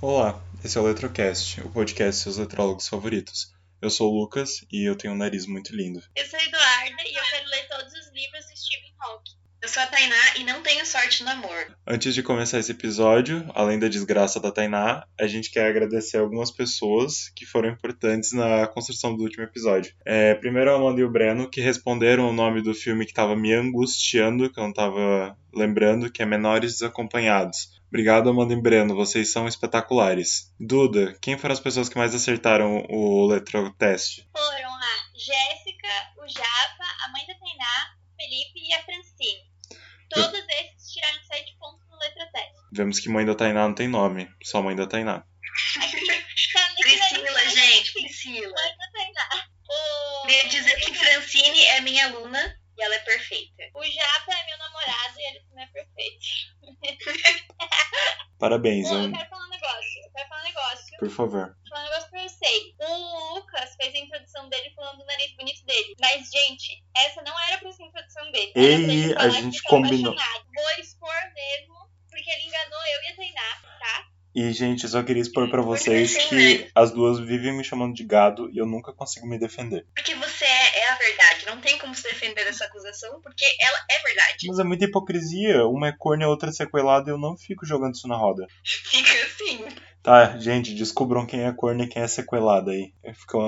Olá, esse é o Letrocast, o podcast de seus letrólogos favoritos. Eu sou o Lucas e eu tenho um nariz muito lindo. Eu sou a Eduarda e eu quero ler todos os livros do Stephen Hawking. Eu sou a Tainá e não tenho sorte no amor. Antes de começar esse episódio, além da desgraça da Tainá, a gente quer agradecer algumas pessoas que foram importantes na construção do último episódio. É, primeiro a Amanda e o Breno, que responderam o nome do filme que estava me angustiando, que eu não estava lembrando, que é Menores Desacompanhados. Obrigado, Amanda e Breno, vocês são espetaculares. Duda, quem foram as pessoas que mais acertaram o eletroteste? Foram a Jéssica, o Japa, a mãe da Tainá, o Felipe e a Francine. Todos esses tiraram 7 pontos no letra teste. Vemos que mãe da Tainá não tem nome, só mãe da Tainá. Tá no Priscila, finalista, gente, Priscila. Mãe da Tainá. O... Queria dizer que Francine é minha aluna e ela é perfeita. O Japa é meu namorado e ele também é perfeito. Parabéns, Bom, eu eu- quero falar um negócio. Eu quero falar um negócio. por favor. Falar um negócio pra vocês. O Um Lucas fez a introdução dele falando do nariz bonito dele. Mas, gente, essa não era pra ser a introdução dele. Era Ei, pra ele falar a que gente tá combinou. apaixonado. Vou expor mesmo, porque ele enganou eu e a Tainá, tá? E, gente, eu só queria expor pra Porque vocês assim, que as duas vivem me chamando de gado e eu nunca consigo me defender. Porque você é, é a verdade. Não tem como se defender dessa acusação, porque ela é verdade. Mas é muita hipocrisia. Uma é corna, a outra é sequelada e eu não fico jogando isso na roda. Fica assim. Tá, gente, descubram quem é corna e quem é sequelada aí. Fica,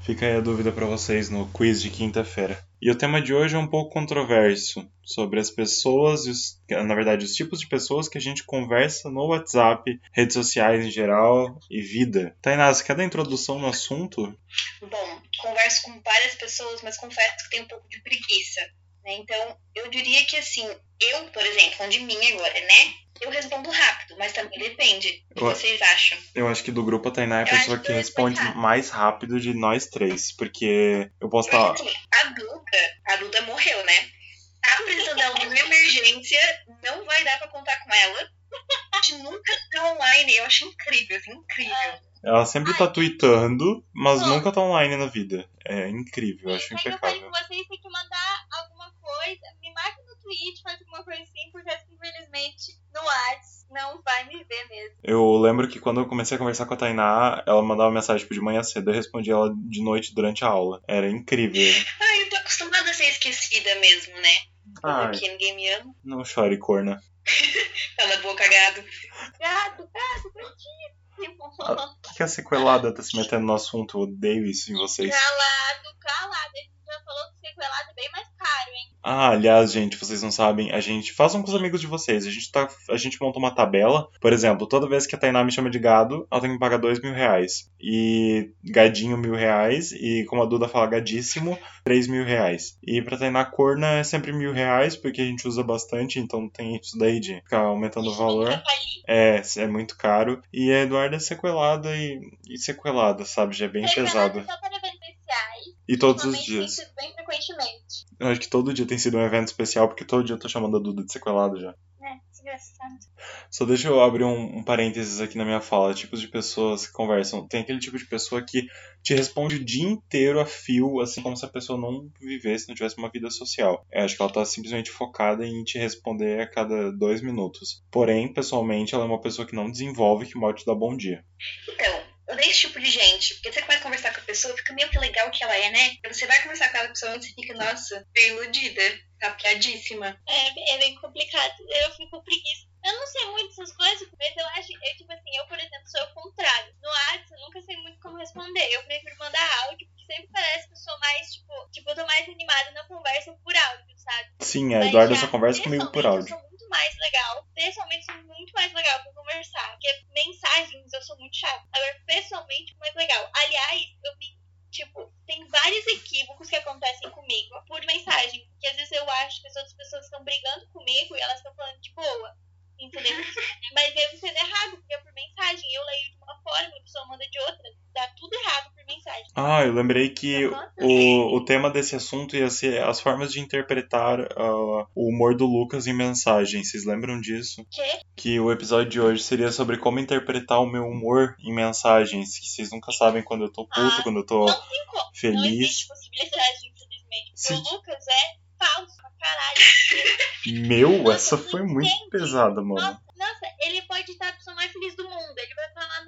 fica aí a dúvida pra vocês no quiz de quinta-feira. E o tema de hoje é um pouco controverso sobre as pessoas, e os- na verdade, os tipos de pessoas que a gente conversa no WhatsApp, redes sociais em geral e vida. Tainá, você quer dar introdução no assunto? Bom, converso com várias pessoas, mas confesso que tenho um pouco de preguiça. né? Então, eu diria que assim, eu, por exemplo, falando de mim agora, né? Eu respondo rápido, mas também depende. O que Ué. vocês acham? Eu acho que do grupo a Tainá é a Eu pessoa acho que que eu ia responde explicar. mais rápido de nós três, porque eu posso tá, estar. Porque assim, a Duda, a Duda morreu, né? Tá precisando de alguma emergência, não vai dar pra contar com ela. A gente nunca tá online, eu acho incrível, assim, Ah, incrível. Ela sempre tá tweetando, mas Pô. nunca tá online na vida. É incrível, eu acho Então Aí eu falei impecável. com vocês, tem que mandar alguma coisa. Me marca no tweet, faz alguma coisa assim, porque assim, infelizmente, no Whats não vai me ver mesmo. Eu lembro que quando eu comecei a conversar com a Tainá, ela mandava mensagem tipo, de manhã cedo, eu respondia ela de noite durante a aula. Era incrível. Ai, Ah, eu tô acostumada a ser esquecida mesmo, né? Ai, Porque ninguém me ama. É não chore, corna. Cala a boca, gado. Gado, gado, bandido. Ah. O que que a sequelada tá se metendo no assunto? Eu odeio isso em vocês. Calado, calado. Ele já falou que sequelado é bem mais caro, hein? Ah, aliás, gente, vocês não sabem, a gente. Façam com os amigos de vocês. A gente, tá, a gente monta uma tabela. Por exemplo, toda vez que a Tainá me chama de gado, ela tem que pagar dois mil reais. E gadinho, mil reais. E como a Duda fala, gadíssimo, três mil reais. E pra Tainá corna é sempre mil reais, porque a gente usa bastante, então não tem isso daí de ficar aumentando o valor. Fica ali. É, é muito caro. E a Eduarda é sequelada e, e sequelada, sabe? Já é bem Sequelado pesado. Só para eventos especiais. E todos os Normalmente tem dias. sido bem frequentemente. Eu acho que todo dia tem sido um evento especial, porque todo dia eu tô chamando a Duda de sequelada já. Né? Desgraçado. Só deixa eu abrir um, um parênteses aqui na minha fala. Tipos de pessoas que conversam. Tem aquele tipo de pessoa que te responde o dia inteiro a fio, assim como se a pessoa não vivesse, não tivesse uma vida social. Eu acho que ela tá simplesmente focada em te responder a cada dois minutos. Porém, pessoalmente, ela é uma pessoa que não desenvolve, que mal te dá bom dia. Então, eu odeio esse tipo de gente. Porque você começa a conversar com a pessoa, fica meio que legal que ela é, né? Você vai conversar com ela, a pessoa e você fica, nossa, bem iludida. Tá piadíssima. É, bem- é bem complicado. Eu fico com preguiça. Eu não sei muito essas coisas, mas eu acho, eu tipo assim, eu, por exemplo, sou o contrário. No WhatsApp, eu nunca sei muito como responder. Eu prefiro mandar áudio, porque sempre parece que eu sou mais, tipo, tipo, eu tô mais animada na conversa por áudio, sabe? Sim, a Mas Eduarda já, só É, conversa comigo por pessoalmente, áudio. Eu sou muito mais legal. Pessoalmente, eu sou muito mais legal pra conversar. Porque mensagens eu sou muito chata. Agora, pessoalmente, mais legal. Aliás, eu me. Tipo, tem vários equívocos que acontecem comigo por mensagem. Porque às vezes eu acho que as outras pessoas estão brigando comigo e elas estão falando de boa. Entendeu? Mas eu sendo errado, porque é por mensagem. Eu leio de uma forma, a pessoa manda de outra. Dá tudo errado por mensagem. Então, Ah, eu lembrei que Aham. assim, o, o tema desse assunto ia ser as formas de interpretar ah, o humor do Lucas em mensagem. Vocês lembram disso? Quê? Que o episódio de hoje seria sobre como interpretar o meu humor em mensagens. Que vocês nunca sabem quando eu tô puto, Ah, quando eu tô Não tem como. Não existe feliz. possibilidade, infelizmente. Porque Se- o Lucas é falso pra caralho. Meu, Nossa, essa não foi muito entendi. pesada, mano. Nossa, ele pode estar a pessoa mais feliz do mundo. Ele vai falar, é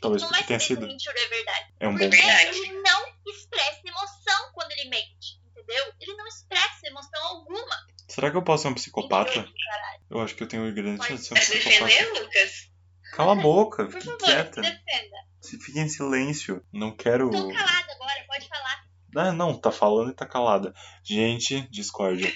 Talvez não porque vai tenha saber se sido. mentira é verdade. É um bom Porque ponto. verdade. ele não expressa emoção quando ele mente, entendeu? Ele não expressa emoção alguma. Então, Será que eu posso ser um psicopata? entendeu? Eu acho que eu tenho grande chance de ser um Mas defender, psicopata. Tá Lucas? Cala a boca, Por fique favor, se quieta. defenda. Se Fique em silêncio. Não quero. Tô calada agora, pode falar. Ah, não, tá falando e tá calada. Gente, discórdia.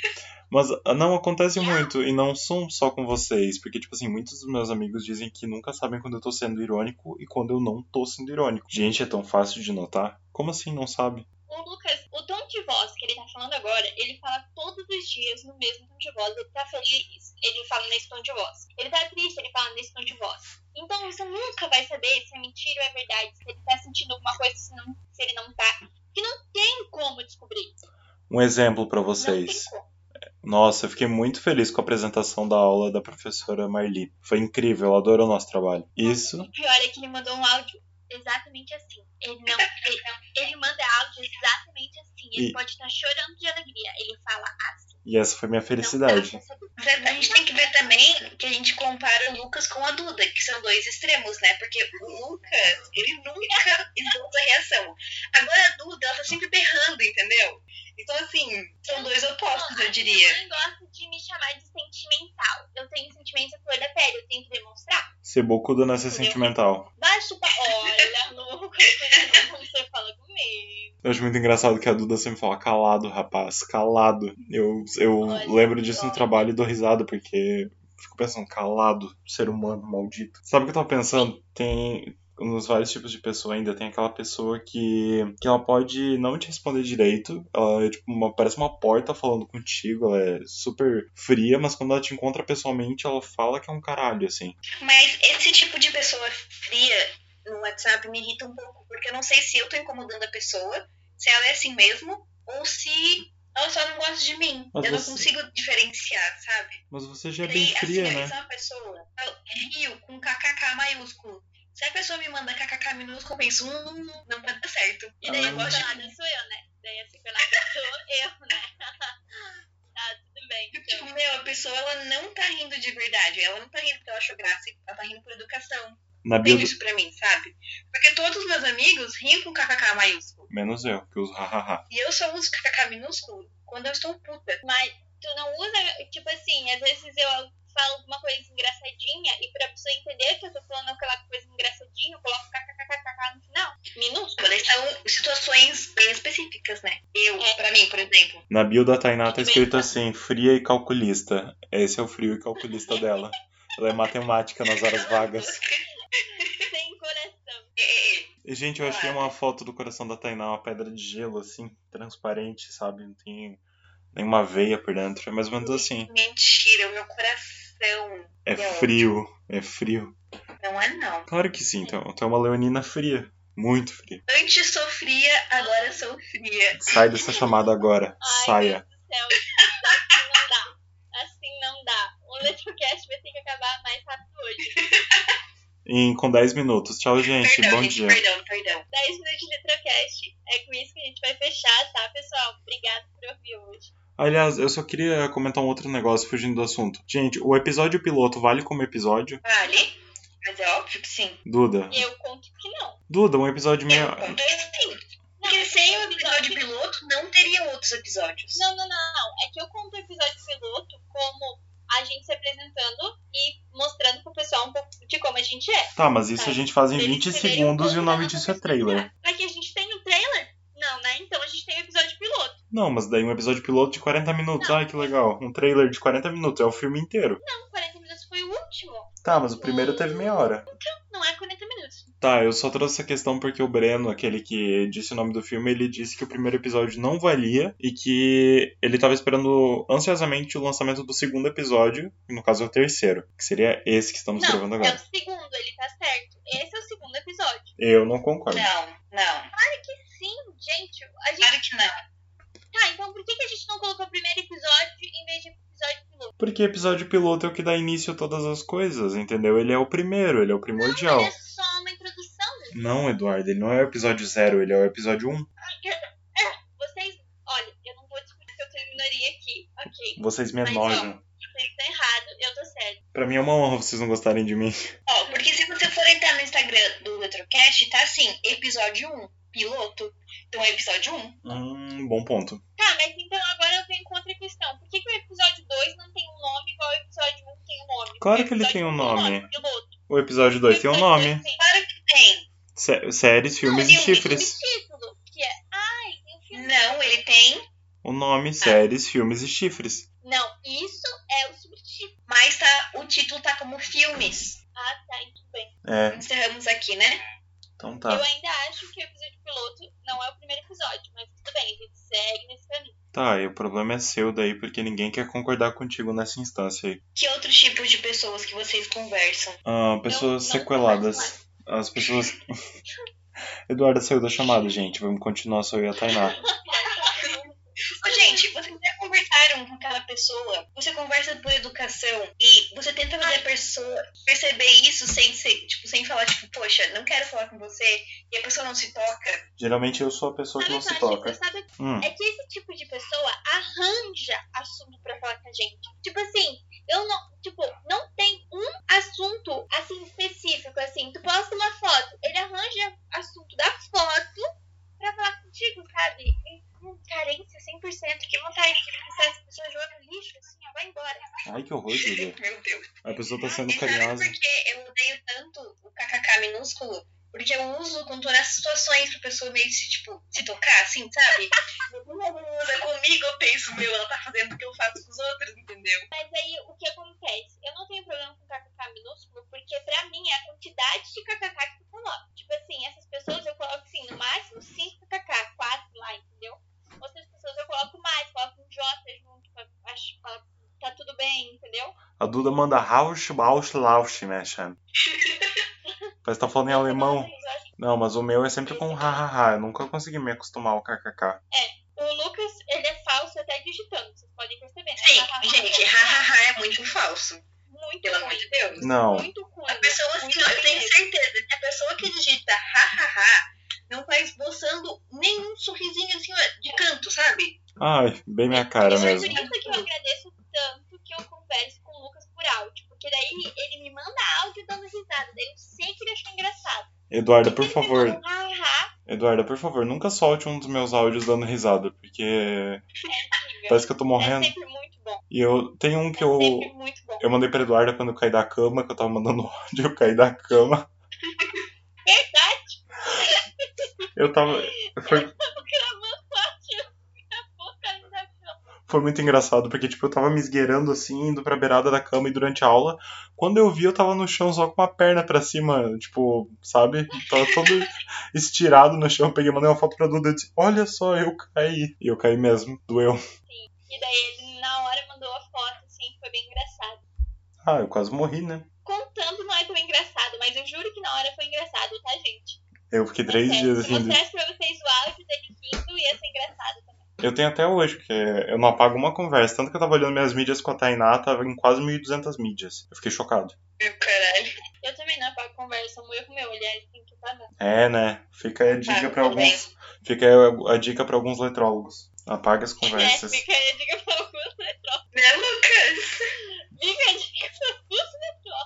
Mas ah, não acontece muito, e não são só com vocês, porque, tipo assim, muitos dos meus amigos dizem que nunca sabem quando eu tô sendo irônico e quando eu não tô sendo irônico. Gente, é tão fácil de notar. Como assim não sabe? O Lucas, o tom de voz que ele tá falando agora, ele fala todos os dias no mesmo tom de voz. Ele tá feliz, ele fala nesse tom de voz. Ele tá triste, ele fala nesse tom de voz. Então você nunca vai saber se é mentira ou é verdade, se ele tá sentindo alguma coisa, se, não, se ele não tá. Que não tem como descobrir. Um exemplo pra Não tem vocês. como. Nossa, eu fiquei muito feliz com a apresentação da aula da professora Marli. Foi incrível, ela adorou o nosso trabalho. Isso, O pior é que ele mandou um áudio exatamente assim. Ele não, ele, ele manda áudio exatamente assim. Ele E- pode estar chorando de alegria. Ele fala assim. e essa foi minha não dá felicidade. pra saber. A gente tem que ver também que a gente compara o Lucas com a Duda, que são dois extremos, né? Porque o Lucas, ele nunca esboça reação. Agora a Duda, ela tá sempre berrando, entendeu? Então, assim, são dois opostos, eu diria. Minha mãe gosta de me chamar de sentimental. Eu tenho sentimento à flor da pele, eu tenho que demonstrar. Ser bocuda nessa Entendeu? sentimental. Baixo pra. Olha, Lucas, como você fala comigo. Eu acho muito engraçado que a Duda sempre fala calado, rapaz, calado. Eu, eu Olha, lembro disso no ó. trabalho e dou risada, porque fico pensando, calado, ser humano maldito. Sabe o que eu tava pensando? Tem. Nos vários tipos de pessoa ainda tem aquela pessoa que, que ela pode não te responder direito. Ela é tipo uma, parece uma porta falando contigo, ela é super fria, mas quando ela te encontra pessoalmente, ela fala que é um caralho, assim. Mas esse tipo de pessoa fria no WhatsApp me irrita um pouco, porque eu não sei se eu tô incomodando a pessoa, se ela é assim mesmo, ou se ela só não gosta de mim. Mas eu você- não consigo diferenciar, sabe? Mas você já é E bem fria, assim, né? se é uma pessoa eu rio com kkk maiúsculo. Se a pessoa me manda kkk minúsculo, eu penso, hum, não vai dar certo. E daí Ah. eu gosto de Psicanada sou eu, né? Daí a psicanada sou eu, né? Tá, tudo bem. Porque, Então. Tipo, meu, a pessoa ela não tá rindo de verdade. Ela não tá rindo porque ela achou graça, ela tá rindo por educação. Na Tem bio do... isso pra mim, sabe? Porque todos os meus amigos riem com kkk maiúsculo. Menos eu, que uso hahaha. E eu só uso kkk minúsculo quando eu estou puta. Mas tu não usa, tipo assim, às vezes eu falo alguma coisa engraçadinha e pra pessoa entender que eu tô falando aquela coisa engraçadinha, eu coloco kkkkk no final. Minúsculo. Mas são situações bem específicas, né? Eu, É. pra mim, por exemplo. Na bio da Tainá tá Tudo bem. escrito assim, fria e calculista. Esse é o frio e calculista dela. Ela é matemática nas horas vagas. Sem coração. É, é, é. E, gente, eu achei uma foto do coração da Tainá, uma pedra de gelo, assim, transparente, sabe? Não tem nenhuma veia por dentro. É mais ou menos assim. Mentira, o meu coração. É frio, é frio. Não é, não. Claro que sim, então. Tu é uma leonina fria. Muito fria. Antes sofria, agora sou fria. Sai dessa chamada agora. Ai, Saia. Deus do céu. Assim não dá. Assim não dá. O Letrocast vai ter que acabar mais rápido hoje. Em, com 10 minutos. Tchau, gente. perdão, Bom gente, dia. perdão, perdão. 10 minutos de Letrocast. É com isso que a gente vai fechar, tá, pessoal? Obrigada por ouvir hoje. Aliás, eu só queria comentar um outro negócio fugindo do assunto. Gente, o episódio piloto vale como episódio? Vale? Mas é óbvio que sim. Duda. Eu conto que não. Duda, um episódio meio. Eu conto que sim. Porque sem o episódio piloto, não teria outros episódios. Não, não, não, não. É que eu conto o episódio piloto como a gente se apresentando e mostrando pro pessoal um pouco de como a gente é. Tá, mas isso a gente faz em Eles 20 escreveram segundos e o como nome ela disso é vai trailer. Aqui a gente tem o trailer? Não, né? Então a gente tem o episódio piloto. Não, mas daí um episódio piloto de 40 minutos. Não. Ai, que legal. Um trailer de 40 minutos, é o filme inteiro. Não, 40 minutos foi o último. Tá, mas o primeiro teve meia hora. Não é 40 minutos. Tá, eu só trouxe essa questão porque o Breno, aquele que disse o nome do filme, ele disse que o primeiro episódio não valia e que ele tava esperando ansiosamente o lançamento do segundo episódio, que no caso é o terceiro, que seria esse que estamos gravando Não, é o agora. segundo, ele tá certo. Esse é o segundo episódio. Eu não concordo. Não, não. Sim, gente, a gente. Claro que não. Tá, então por que, que a gente não colocou o primeiro episódio em vez de episódio piloto? Porque episódio piloto é o que dá início a todas as coisas, entendeu? Ele é o primeiro, ele é o primordial. É só uma introdução. Não, Eduardo, ele não é o episódio 0, ele é o episódio 1. Vocês. Olha, eu não vou discutir que eu terminaria aqui, ok? Vocês me Mas, enojam. Vocês estão errados, eu tô certo. Pra mim é uma honra vocês não gostarem de mim. Ó, porque se você for entrar no Instagram do Retro podcast tá assim, episódio 1, piloto. Então é episódio 1. Hum, bom ponto. Tá, mas então agora eu venho com outra questão. Por que, que o episódio 2 não tem um nome igual o episódio 1 tem um nome? Claro O que ele episódio tem um um nome. piloto. O episódio 2 tem um Episódio nome. dois tem- Claro que tem. Sé- séries, filmes e tem um chifres. Título, que é. Ai, tem um filme. Não, ele tem, O Tá. nome, séries, filmes e chifres. Não, isso é o subtítulo. mas tá, o título tá como filmes. Ah, tá, tudo bem. É, Encerramos aqui, né? então Eu tá. ainda acho que o episódio piloto não é o primeiro episódio, mas tudo bem, a gente segue nesse caminho. Tá, e o problema é seu daí, porque ninguém quer concordar contigo nessa instância aí. Que outros tipos de pessoas que vocês conversam? Ah, pessoas não, não sequeladas. As pessoas. Eduarda saiu da chamada, gente. Vamos continuar só eu e a Tainá. Ô, Gente, vocês já conversaram com aquela pessoa? Você conversa por educação e você tenta fazer a pessoa perceber isso sem ser, tipo, sem falar, tipo, poxa, não quero falar com você, e a pessoa não se toca. Geralmente eu sou a pessoa que Sabe não o que se eu acho? toca. Sabe Hum, é que esse tipo de pessoa arranja assunto pra falar com a gente. Tipo assim, eu não, tipo, não tem um assunto assim específico assim. Tu posta uma foto, ele arranja assunto da foto pra falar contigo, sabe? É uma Carência 100%, que vontade de pensar essa pessoa jogando lixo, assim, é ó, vai embora. ai que horror, Júlia. Meu Deus. A pessoa tá sendo E sabe carinhosa. por que eu odeio tanto o kkk minúsculo? Porque eu uso com todas as situações pra pessoa meio se, tipo, se tocar, assim, sabe? Ela usa comigo, eu penso, meu, ela tá fazendo o que eu faço com os outros, entendeu? Mas aí o que acontece? Eu não tenho problema com kkk minúsculo, porque pra mim é a quantidade de kkk que tu coloca. Tipo assim, essas pessoas eu coloco assim, no máximo 5 kkk, 4 lá, entendeu? Outras pessoas eu coloco mais, coloco um J junto, pra- acho que fala, tá tudo bem, entendeu? A Duda manda Rausch, Bausch, Lausch, né, Chan? Parece que tá falando em alemão. Não, mas o meu é sempre com hahaha. Eu nunca consegui me acostumar ao kkk. O Lucas, ele é falso até digitando, vocês podem perceber. né? Sim, gente, hahaha é muito falso, Muito pelo amor ruim. de Deus. Não. Muito ruim. A pessoa, assim, muito eu tenho ruim. certeza que a pessoa que digita hahaha não tá esboçando nenhum sorrisinho assim ó, de canto, sabe? Ai, bem minha cara Mas mesmo. por isso que eu agradeço tanto que eu converso com o Lucas por áudio. Porque daí ele me manda áudio dando risada. Daí eu sei que ele achou engraçado. Eduarda, por Ele me favor. manda um haha, Eduarda, por favor, nunca solte um dos meus áudios dando risada, porque amiga. parece que eu tô Tá É morrendo. sempre muito bom. E eu tenho um que eu. É sempre muito bom. Eu mandei pra Eduarda quando eu caí da cama, que eu tava mandando áudio, eu caí da cama. Verdade, Eu tava. Foi, clamando ódio. Minha boca ainda não. foi muito engraçado, porque, tipo, eu tava me esgueirando assim, indo pra beirada da cama e durante a aula. Quando eu vi, eu tava no chão só com uma perna pra cima, tipo, sabe? Tava todo estirado no chão. Eu peguei, mandei uma foto pra Duda e disse: Olha só, eu caí. E eu caí mesmo, doeu. E daí ele na hora mandou a foto, assim, foi bem engraçado. Ah, eu quase morri, né? Contando não é tão engraçado, mas eu juro que na hora foi engraçado, tá, gente? Eu fiquei três Sério, dias Se eu assim. mostrasse pra vocês o áudio dele rindo, ia ser engraçado também. Eu tenho até hoje, porque eu não apago uma conversa. Tanto que eu tava olhando minhas mídias com a Tainá, tava em quase 1.200 mídias. Eu fiquei chocado. Meu caralho. Eu também não apago conversa, eu com meu olhar, assim, que tá dando. É, né? Fica a dica Claro, pra também. alguns. Fica a- a dica para alguns letrólogos. Apague as É, conversas. fica aí a dica pra alguns letrólogos. Né, Lucas? Fica a dica pra alguns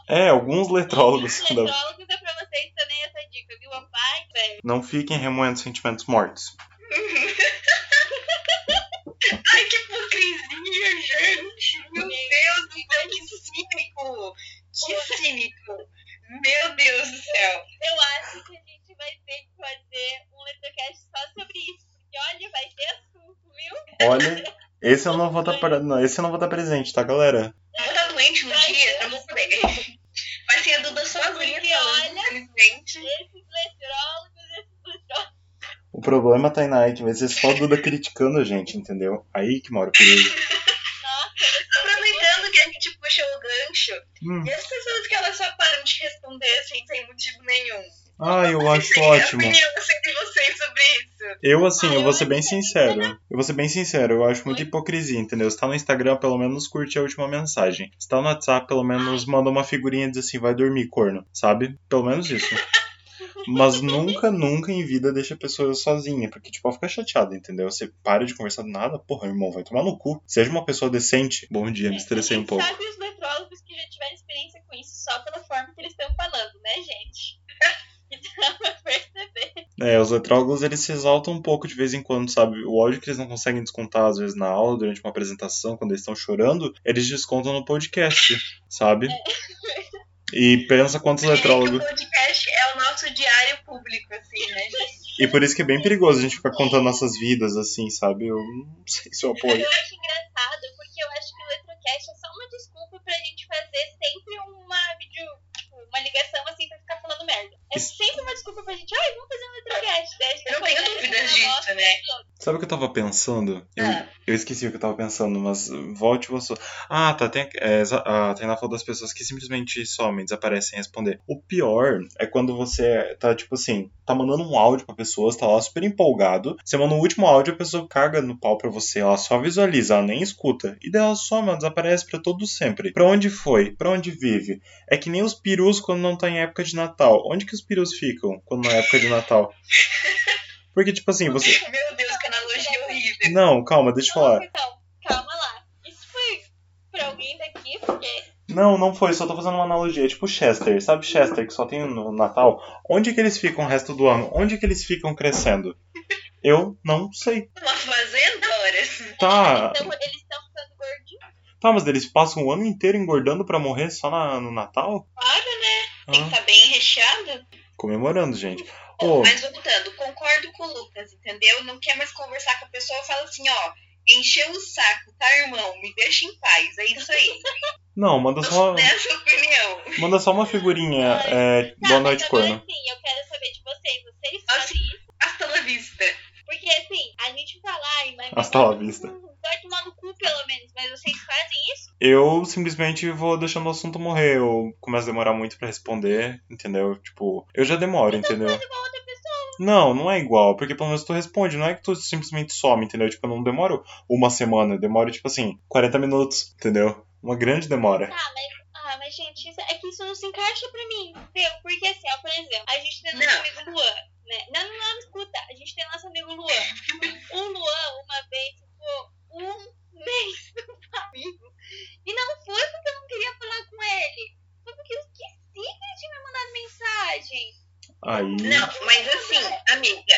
É, alguns letrólogos. letrólogos, é pra vocês também essa dica, viu? Apai, velho. Não fiquem remoendo sentimentos mortos. Ai, que hipocrisia, gente! Meu Deus do céu, que cínico! Que cínico! Meu Deus do céu! Eu acho que a gente vai ter que fazer um letrocast só sobre isso. Porque, olha, vai ter assunto, viu? Olha, esse eu não vou estar tá, não, esse eu não vou estar presente, tá, galera? Eu vou estar doente um Ai, dia, Deus. eu não vou poder. Vai ser assim, a Duda sozinha Porque falando, olha- infelizmente. Esses letrólogos, esses letrólogos. O problema, Tainá, é que vai ser só a Duda criticando a gente, entendeu? Aí que mora o perigo. Aproveitando que a gente puxou o gancho, Hum. e as pessoas que elas só param de responder assim, sem motivo nenhum? Ah, eu acho Qual é a ótimo. opinião de vocês sobre isso? Eu, assim, eu Ah, eu vou ser acho bem que é sincero. Eu vou ser bem sincero, eu acho muita hipocrisia, entendeu? Se tá no Instagram, pelo menos curte a última mensagem. Se tá no WhatsApp, pelo menos manda uma figurinha e diz assim, vai dormir, corno, sabe? Pelo menos isso. Mas nunca, nunca em vida deixa a pessoa sozinha, porque, tipo, ela fica chateada, entendeu? Você para de conversar do nada, porra, irmão, vai tomar no cu. Seja uma pessoa decente. Bom dia, me estressei A um gente pouco. sabe os letrólogos que já tiveram experiência com isso só pela forma que eles estão falando, né, gente? Então, É, os letrólogos eles se exaltam um pouco de vez em quando, sabe? O ódio que eles não conseguem descontar às vezes na aula, durante uma apresentação, quando eles estão chorando, eles descontam no podcast, sabe? E pensa quantos Eu diria que letrólogos. O podcast é o nosso diário público, assim, né? E por isso que é bem perigoso a gente ficar contando nossas vidas assim, sabe? Eu não sei se eu apoio. Eu acho engraçado, porque eu acho que o Eletrocast é só uma desculpa pra gente fazer sempre uma vídeo, tipo, uma ligação assim pra ficar falando merda. É Isso. sempre uma desculpa pra gente, ai, vamos fazer um Eletrocast. Daí a gente Eu não vai tenho fazer dúvidas uma bosta. disso, né? Sabe o que eu tava pensando? Eu, Ah. eu esqueci o que eu tava pensando, mas volte você. Ah, tá. Tem, é, exa- ah, tem na foto das pessoas que simplesmente somem, desaparecem sem responder. O pior é quando você tá, tipo assim, tá mandando um áudio pra pessoa, você tá lá super empolgado. Você manda o último áudio, a pessoa caga no pau pra você, ela só visualiza, ela nem escuta. E daí ela some, ela desaparece pra todo sempre. Pra onde foi? Pra onde vive? É que nem os perus quando não tá em época de Natal. Onde que os perus ficam quando não é época de Natal? Porque, tipo assim, você. Meu Deus, que analogia horrível. Não, calma, deixa eu Não, falar. então, calma lá. Isso foi pra alguém daqui, porque Não, não foi, só tô fazendo uma analogia. É Tipo Chester, sabe Chester que só tem no Natal? Onde que eles ficam o resto do ano? Onde que eles ficam crescendo? Eu não sei. Uma fazenda, horas. Tá, então, eles estão ficando gordinhos. tá, mas eles passam o ano inteiro engordando pra morrer só na- no Natal? Claro, né? Tem que Ah, estar bem recheado. comemorando, gente. Bom, Ô, Mas voltando, concordo com o Lucas, entendeu? Não quer mais conversar com a pessoa, fala assim, ó, encheu o saco, tá, irmão? Me deixa em paz, é isso aí. não, manda só, Nessa opinião. manda só uma figurinha. É, Tá, boa mas noite, agora, corno. Sim, eu quero saber de vocês. Vocês Nossa. fazem isso? Hasta la vista. Porque assim, a gente fala, ai, mas. Hasta la vista. "Hum, Vai tomar no cu, pelo menos, mas vocês fazem isso? Eu simplesmente vou deixando o assunto morrer. Eu começo a demorar muito pra responder, entendeu? Tipo, eu já demoro, entendeu? Faz igual outra pessoa. Não, não é igual, porque pelo menos tu responde, não é que tu simplesmente some, entendeu? Tipo, eu não demoro uma semana, eu demoro, tipo assim, 40 minutos, entendeu? Uma grande demora. Ah, mas, ah, mas gente, isso, é que isso não se encaixa pra mim, entendeu? Porque assim, ó, por exemplo, a gente tem nosso Não. amigo Luan, né? Não, não, não, escuta, a gente tem nosso amigo Luan. O Luan, uma vez, ficou um mês comigo. E não foi porque eu não queria falar com ele. Foi porque eu esqueci que ele tinha me mandado mensagem. Aí. Não, mas assim, amiga,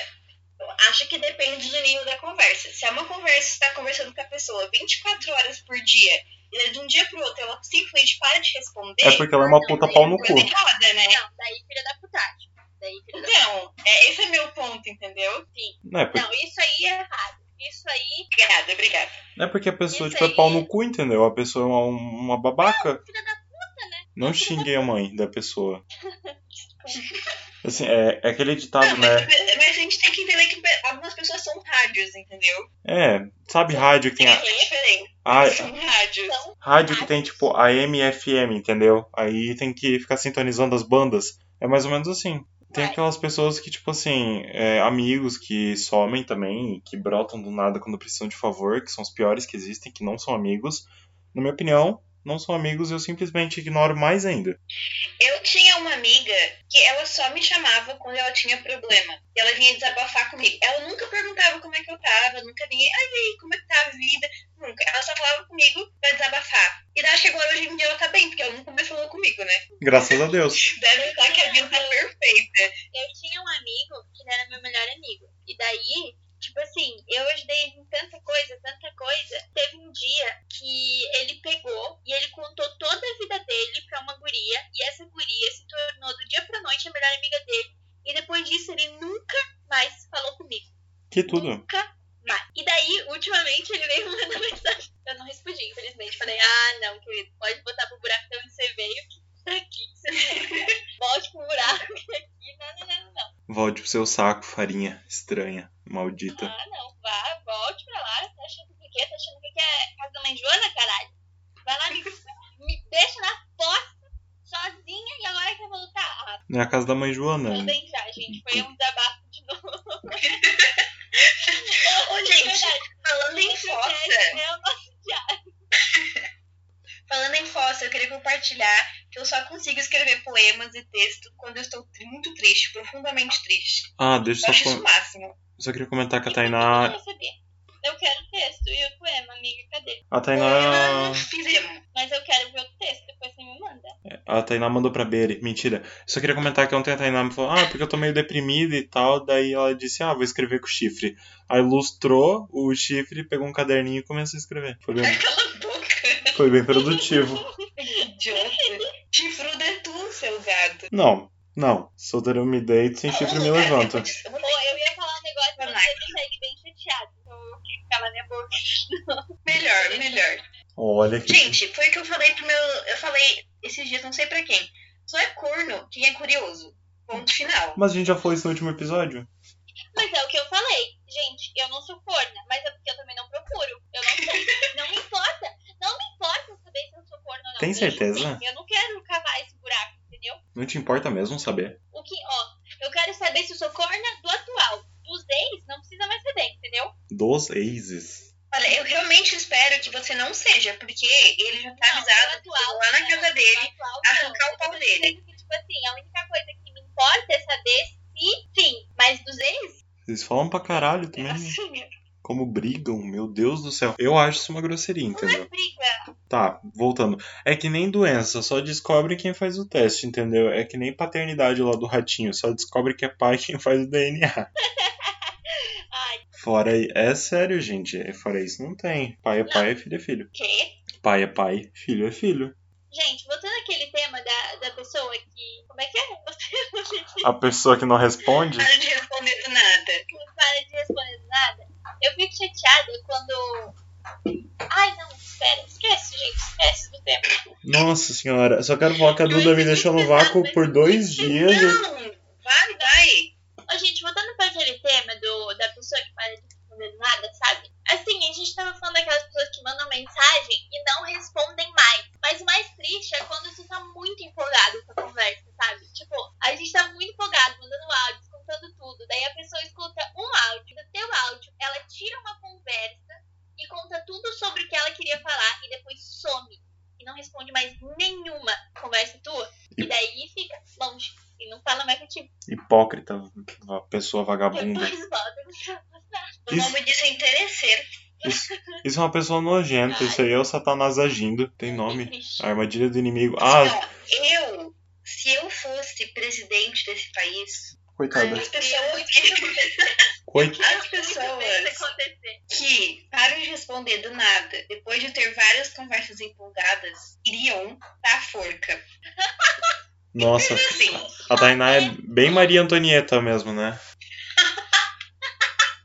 eu acho que depende do nível da conversa. Se é uma conversa, você está conversando com a pessoa 24 horas por dia, e de um dia pro outro ela simplesmente para de responder, É porque ela é uma puta pau no cu. coisa errada, né? Não, daí filha da putagem. Daí filha da Então, é, esse é meu ponto, entendeu? Não, é, por- Não, isso aí é errado. Isso aí, Obrigada, obrigada. não é porque a pessoa, Isso tipo, é aí. pau no cu, entendeu? A pessoa é uma, uma babaca. filha da né? Não xinguei a mãe da pessoa. Assim, é, é aquele ditado, Não, mas, né? mas a gente tem que entender que algumas pessoas são rádios, entendeu? É, sabe rádio que tem. A, É diferente, a- são rádios. Não. rádio que tem, tipo, AM e FM, entendeu? Aí tem que ficar sintonizando as bandas. É mais ou menos assim. Tem Vai. aquelas pessoas que, tipo assim, é, amigos que somem também, que brotam do nada quando precisam de favor, que são os piores que existem, que não são amigos. Na minha opinião, não são amigos, eu simplesmente ignoro mais ainda. Eu tinha uma amiga que ela só me chamava quando ela tinha problema. E ela vinha desabafar comigo. Ela nunca perguntava como é que eu tava, nunca vinha, ai, e aí, como é que tá a vida? Nunca. Ela só falava comigo pra desabafar. E daí chegou hoje em dia ela tá bem, porque ela nunca mais falou comigo, né? Graças a Deus. Deve estar que a vida tá perfeita. eu tinha um amigo que ele era meu melhor amigo. E daí, tipo assim, eu ajudei ele em tanta coisa, tanta coisa. Teve um dia que ele pegou e ele contou toda a vida dele pra uma guria. E essa guria se tornou do dia pra noite a melhor amiga dele. E depois disso, ele nunca mais falou comigo. Que tudo. Nunca mais. E daí, ultimamente, ele veio me mandar mensagem. Eu não respondi, infelizmente. Falei, ah, não, querido, pode botar pro buraco de onde você veio. Que isso aqui, que você não Volte pro buraco que aqui. Não, não, não, não. Volte pro seu saco, farinha estranha, maldita. Ah, não, vá, volte pra lá. Tá achando que quê? Tá achando que aqui é casa da mãe Joana, caralho? Vai lá, me, me deixa na fossa, sozinha, e agora quer voltar. Ah, Não é a casa da mãe Joana. tudo bem já, gente. Foi um desabafo de novo. É Ô, gente, Verdade, falando em isso é fossa, o nosso diário. falando em fossa, eu queria compartilhar que eu só consigo escrever poemas e texto quando eu estou tr- muito triste, profundamente triste. Ah, deixa eu Eu só, acho isso o com- máximo. só queria comentar que a Eu Tainá. quero saber. Eu quero o texto e o poema, amiga, cadê? A Poema Tainá. não fizemos. Mas eu quero ver o texto, depois você me manda. A Tainá mandou pra Beri. Mentira. Só queria comentar que ontem a Tainá me falou, ah, porque eu tô meio deprimida e tal. Daí ela disse, ah, vou escrever com chifre. Aí lustrou o chifre, pegou um caderninho e começou a escrever. Foi bem, Cala a boca. foi bem produtivo. Idiota. Chifruda é tu, seu gato. Não, não. Solteiro me deito, sem chifre me levanta. Eu Pô, vou ter eu ia falar um negócio, mas Vai lá. você me segue bem chateado. Então eu fiquei cala minha boca. que- Melhor, melhor. Olha que. Gente, foi o que eu falei pro meu. Eu falei esses dias, não sei pra quem. Só é corno quem é curioso. Ponto final. Mas a gente já falou isso no último episódio. Mas é o que eu falei. Gente, eu não sou corna, mas é porque eu também não procuro. Eu não sou. não me importa. Não me importa saber se eu sou corna ou não. Tem certeza? Eu não quero cavar esse buraco, entendeu? Não te importa mesmo saber. O que, ó, eu quero saber se eu sou corna do atual. Dos ex, não precisa mais saber, entendeu? Dos exes. Olha, eu realmente espero que você não seja, porque ele já tá Não, avisado do atual. né? lá na não, casa do dele atual, arrancar não. o pau Eu tô dele. dizendo que, tipo assim, a única coisa que me importa é saber se sim. Mas dos ex, Vocês falam pra caralho também. né? assim. Como brigam, meu Deus do céu. Eu acho isso uma grosseria, não é entendeu? briga. Tá, voltando. É que nem doença, só descobre quem faz o teste, entendeu? É que nem paternidade lá do ratinho, só descobre que é pai quem faz o DNA. Ai, Fora aí, é sério, gente. é- Fora isso, não tem. Pai é pai, filho é filho. Quê? Pai é pai, filho é filho. gente, voltando àquele tema da, da pessoa que. Como é que é? Você A pessoa que não responde. Para de responder do nada. não para de responder nada. Eu fico chateada quando. Ai, não, espera, esquece, gente, esquece do tempo. Nossa senhora, só quero falar que a Duda me deixou no vácuo por dois dias. eu- Não! Vai, vai! Ô, gente, voltando para aquele tema do, da pessoa que para de responder nada, sabe? Assim, a gente tava falando daquelas pessoas que mandam mensagem e não respondem mais. Mas o mais triste é quando você tá muito empolgado com a conversa, sabe? Tipo, a gente tá muito empolgado, mandando áudios, contando tudo. Daí a pessoa escuta um áudio, do teu áudio, ela tira uma conversa e conta tudo sobre o que ela queria falar e depois some. E não responde mais nenhuma conversa tua. E daí fica longe. E não fala mais tipo, contigo. Hipócrita, va- pessoa vagabunda. Depois volta no seu O Isso. nome disso é interesseiro. Isso é uma pessoa nojenta, isso aí é o Satanás agindo. Tem nome. Triste. Armadilha do inimigo. Ah, Não, Então, eu, se eu fosse presidente desse país, coitada. É. as pessoas, Coitada. as Muito bem isso pessoas acontecer. que param de responder do nada, depois de ter várias conversas empolgadas, iriam pra forca. Nossa, Assim, a Tainá é bem Maria Antonieta mesmo, né?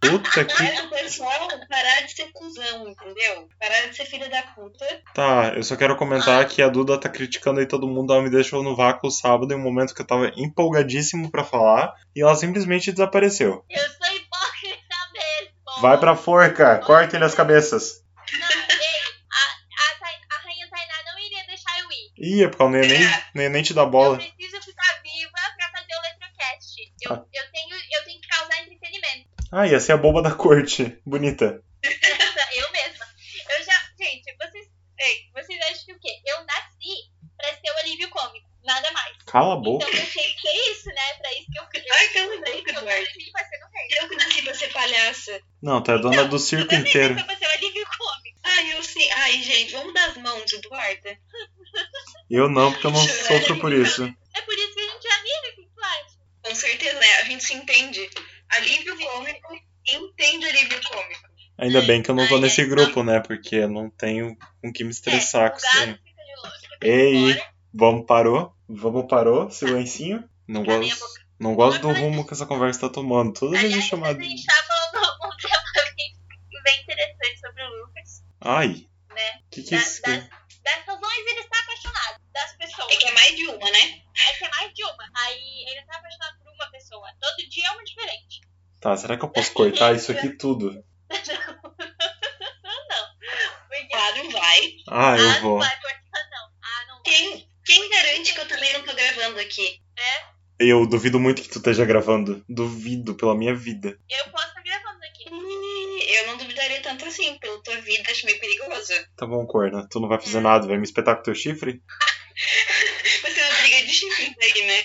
Puta que. para o pessoal parar de ser cuzão, entendeu? Parar de ser filha da puta. Tá, eu só quero comentar que a Duda tá criticando aí todo mundo. Ela me deixou no vácuo sábado em um momento que eu tava empolgadíssimo pra falar e ela simplesmente desapareceu. Eu sou hipócrita mesmo. Vai pra forca, corta-lhe as cabeças. Não, ei, a, a, Tain- a rainha Tainá não iria deixar eu ir. Ih, é porque ela nem, nem, nem, nem te dá Eu bola. preciso ficar viva pra fazer o Eletrocast. Eu, Ah. eu, tenho, eu tenho que causar entretenimento. Ah, ia ser a boba da corte. Bonita. Eu mesma. Eu já. Gente, vocês. ei, vocês acham que o quê? Eu nasci pra ser o alívio cômico. Nada mais. Cala a Então boca. eu achei que é isso, né? Pra isso que eu criei. Ai, cala a Pra isso boca, que eu Eduardo. nasci pra ser no rei. Eu que nasci pra ser palhaça. um Não, tu é dona do circo inteiro. Pra ser o alívio cômico. Ai, eu sei. Ai, gente, vamos dar as mãos, Eduarda. Eu não, porque eu não sofro por isso. É por isso que a gente é amiga, que tu acha? Com certeza, né? A gente se entende. Alívio cômico entende alívio cômico. Ainda bem que eu não tô Ai, nesse ai, grupo, né? Porque eu não tenho com que me É, estressar o com isso daí. gato fica de longe, fica Ei, fora. vamos parou? Vamos parou? Silencinho? Não Calem a gosto, não gosto do rumo que essa conversa tá tomando. Toda vez eu Aliás, chamar. a gente tá falando um tema bem, bem interessante sobre o Lucas. Ai. Né? Que que é Da- isso? que- das, das razões ele está apaixonado, das pessoas. É que é mais de uma, né? É que é mais de uma. Aí ele tá apaixonado por uma pessoa. Todo dia é uma diferente. Tá, será que eu posso cortar isso aqui tudo? Não, não. Porque... Claro, vai. Ah, ah, eu não vou. vai cortar, não. Ah, não vai. Quem, quem garante que eu também não tô gravando aqui? Eu duvido muito que tu esteja gravando. Duvido pela minha vida. Eu posso estar gravando aqui. Ih, Eu não duvidaria tanto assim. Pela tua vida, acho meio perigoso. Tá bom, corna. Tu não vai Hum. fazer nada, vai me espetar com teu chifre? Você é uma briga de chifre aí, né?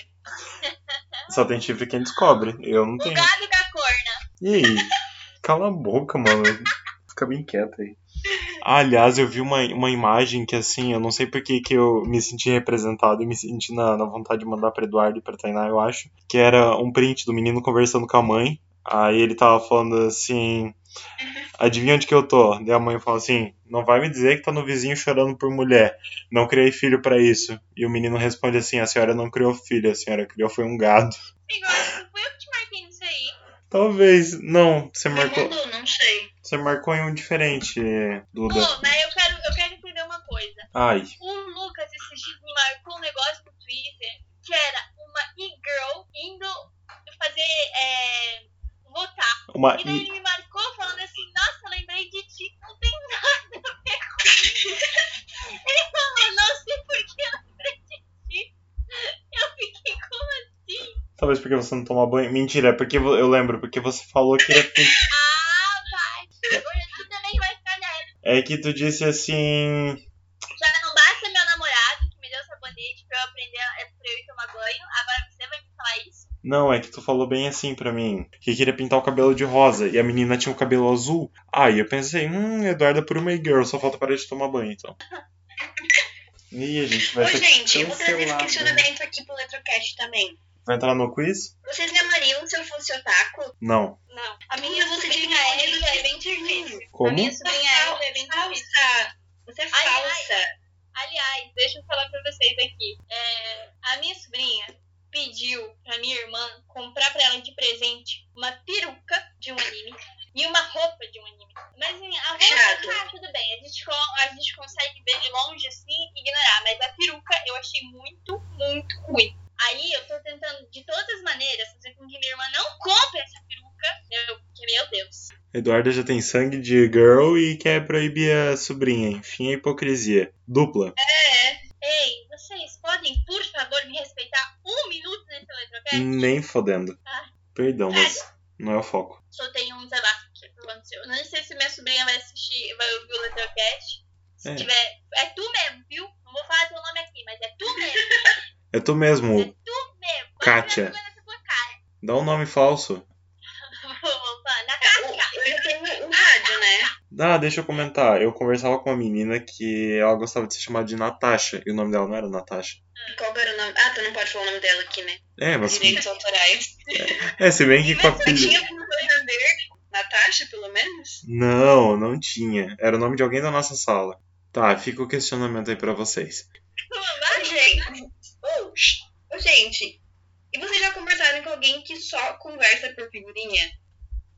Só tem chifre quem descobre. Eu não O tenho. gado da corna. E aí? Cala a boca, mano. Fica bem quieto aí. Ah, aliás, eu vi uma, uma imagem que, assim, eu não sei por que que eu me senti representado e me senti na, na vontade de mandar pra Eduardo e pra Tainá, eu acho, que era um print do menino conversando com a mãe, aí ele tava falando assim, adivinha onde que eu tô? Daí a mãe fala assim, não vai me dizer que tá no vizinho chorando por mulher, não criei filho pra isso. E o menino responde assim, a senhora não criou filho, a senhora criou foi um gado. Amigo, eu acho que fui eu que te marquei nisso aí. Talvez, não, você Me marcou, mandou, não sei. você marcou em um diferente, Pô, Duda. mas eu quero, eu quero entender uma coisa. Ai, O Lucas esses dias me marcou um negócio no Twitter que era uma e-girl indo fazer. é, votar. uma E daí i- ele me marcou falando assim: Nossa, lembrei de ti, não tem nada a ver comigo. Ele falou: Não sei por que eu lembrei de ti. Eu fiquei como assim? Talvez porque você não toma banho. Mentira, é porque vo- eu lembro, porque você falou que era fi- Ah, vai. Agora tu também vai ficar nessa. É que tu disse assim. Já não basta meu namorado que me deu sabonete pra eu aprender é pra eu ir tomar banho. Agora você vai me falar isso? Não, é que tu falou bem assim pra mim. Que queria pintar o cabelo de rosa. E a menina tinha o cabelo azul. Aí eu pensei, hum, Eduarda por uma girl, só falta parar de tomar banho, então. Ih, a gente vai Ô, ser gente, eu vou trazer esse cancelado. questionamento aqui pro Eletrocast também. né? Vai entrar no quiz? Vocês me amariam se eu fosse otaku? Não. Não. A minha você de sobrinha respondido Elisa é bem difícil. Como? A minha Você sobrinha é Elisa é bem difícil. falsa. Você é Ai, ai. falsa. Aliás, deixa eu falar pra vocês aqui. É, a minha sobrinha pediu pra minha irmã comprar pra ela de presente uma peruca de um anime e uma roupa de um anime. Mas assim, a Chato. roupa, ah, tudo bem. A gente, con- a gente consegue ver de longe assim, ignorar. Mas a peruca eu achei muito, muito ruim. Aí eu tô tentando, de todas as maneiras, fazer com que minha irmã não compre essa peruca. Eu, porque, meu Deus. Eduarda já tem sangue de girl e quer proibir a sobrinha. Enfim, a hipocrisia. Dupla. É. Ei, vocês podem, por favor, me respeitar um minuto nesse eletrocast? Nem fodendo. Ah. Perdão, mas não é o foco. só tem um desabafo que aconteceu. Eu Não sei se minha sobrinha vai assistir, vai ouvir o Lettercast. Se É. tiver. É tu mesmo, viu? Não vou falar teu nome aqui, mas é tu mesmo. É tu mesmo, É tu mesmo. Vai Kátia. jogar vergonha na tua cara. dá um nome falso. Vou falar Na Eu Kátia. já tenho um rádio, né? Ah, deixa eu comentar. Eu conversava com uma menina que ela gostava de se chamar de Natasha, e o nome dela não era Natasha. Qual que era o nome? Ah, tu não pode falar o nome dela aqui, né? É, mas. Direitos autorais. É, se bem que com a Mas apelido. tinha alguma coisa a ver? Natasha, pelo menos? Não, não tinha. Era o nome de alguém da nossa sala. Tá, fica o questionamento aí pra vocês. Ô, gente. Ô, shh. Ô, gente. E vocês já conversaram com alguém que só conversa por figurinha?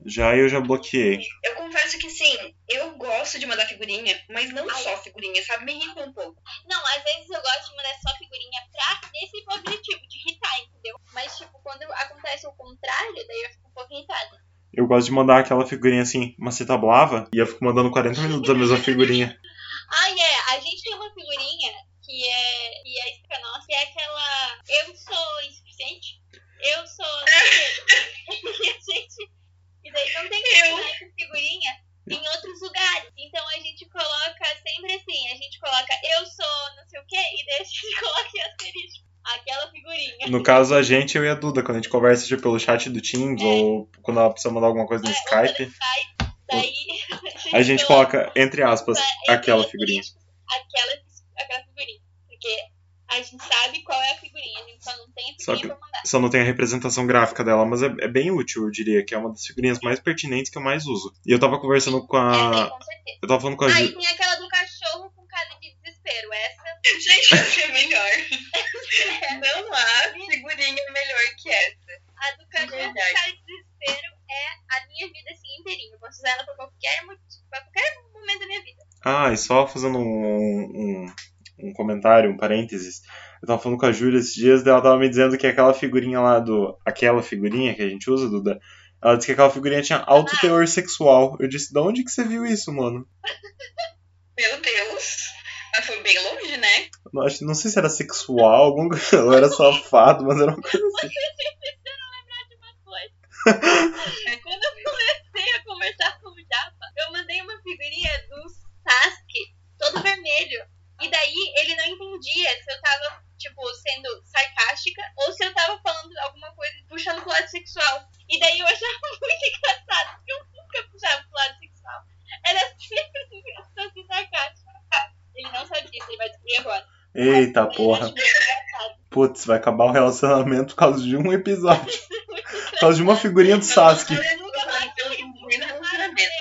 Já eu já bloqueei. Eu confesso que sim, eu gosto de mandar figurinha, mas não só figurinha, sabe? Me irrita um pouco. Não, às vezes eu gosto de mandar só figurinha pra nesse objetivo, de irritar, entendeu? Mas, tipo, quando acontece o contrário, daí eu fico um pouco irritada. Eu gosto de mandar aquela figurinha assim, maceta blava, e eu fico mandando 40 minutos a mesma figurinha. Ah, é. A gente tem uma figurinha que é. que é extra nossa, que é aquela. Eu sou insuficiente. Eu sou. E a gente. E daí não tem que Eu. colocar essa figurinha em outros lugares. Então a gente coloca sempre assim, a gente coloca eu sou não sei o que e daí a gente coloca em asterisco aquela figurinha. No caso, a gente, eu e a Duda, quando a gente conversa tipo, pelo chat do Teams, É. ou quando ela precisa mandar alguma coisa no É, Skype. Daí A gente coloca, entre aspas, entre aquela asteriscos, figurinha. Aquela, aquela figurinha. Porque a gente sabe qual é a figurinha, a gente só não tem a Só figurinha pra mandar. Só não tem a representação gráfica dela, mas é, é bem útil, eu diria, que é uma das figurinhas mais pertinentes que eu mais uso. E eu tava conversando com Essa aí, a. com certeza. Eu tava falando com a É, Aí Ju. tem aquela do cachorro com cara de desespero. Essa Gente, essa é melhor. Não há figurinha melhor que essa. A do cachorro Verdade. cara de desespero é a minha vida assim inteirinha. Eu posso usar ela pra qualquer, motivo, pra qualquer momento da minha vida. Ah, e só fazendo um, um, um comentário, um parênteses. Eu tava falando com a Júlia esses dias, daí ela tava me dizendo que aquela figurinha lá do. Aquela figurinha que a gente usa, Duda. Ela disse que aquela figurinha tinha alto teor sexual. Eu disse, da onde que você viu isso, mano? Meu Deus. Mas foi bem longe, né? Eu Não, acho, não sei se era sexual, alguma coisa. Eu era safado, mas era uma coisa assim. Quando eu comecei a conversar com o Japa, eu mandei uma figurinha do Sasuke, todo vermelho. E daí ele não entendia se eu tava, tipo, sendo sarcástica ou se eu tava falando alguma coisa, puxando pro lado sexual. E daí eu achava muito engraçado, porque eu nunca puxava pro lado sexual. Era sempre engraçado, Eita porra. Putz, vai acabar o relacionamento por causa de um episódio. Por causa de uma figurinha do Sasuke. Eu nunca mais eu fui no relacionamento.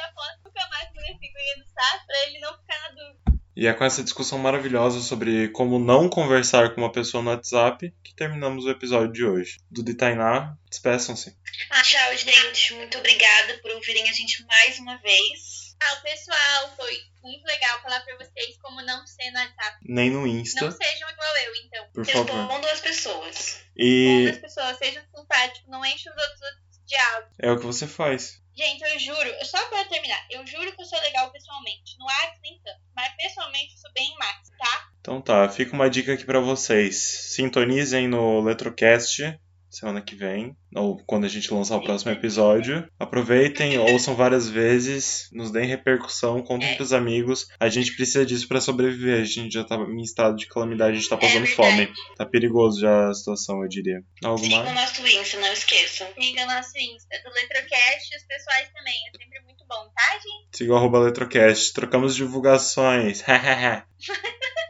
Nunca mais ver a figurinha do Sasuke pra ele não ficar na dúvida. E é com essa discussão maravilhosa sobre como não conversar com uma pessoa no WhatsApp que terminamos o episódio de hoje. Do de Tainá, despeçam-se. Ah, tchau, gente. Muito obrigada por ouvirem a gente mais uma vez. Tchau, Ah, pessoal. Foi muito legal falar pra vocês como não ser no WhatsApp. Nem no Não Insta, sejam igual eu, então. por favor. Respondam as pessoas. Todas E as pessoas, sejam simpáticos, não enchem os outros de algo. é o que você faz. Gente, eu juro, só pra terminar, eu juro que eu sou legal pessoalmente. No WhatsApp nem tanto, mas pessoalmente eu sou bem Max, tá? Então tá, fica uma dica aqui pra vocês. Sintonizem no Letrocast semana que vem, ou quando a gente lançar o próximo episódio. Aproveitem, ouçam várias vezes, nos deem repercussão, contem pros amigos. A gente precisa disso pra sobreviver. A gente já tá em estado de calamidade, a gente tá passando verdade. fome. Tá perigoso já a situação, eu diria. Algo Sigam mais? o nosso Insta, não esqueçam. Siga nosso Insta do Letrocast e os pessoais também. É sempre muito bom, tá, gente? Siga o arroba Letrocast. Trocamos divulgações.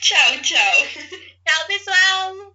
Tchau, tchau. Tchau, pessoal!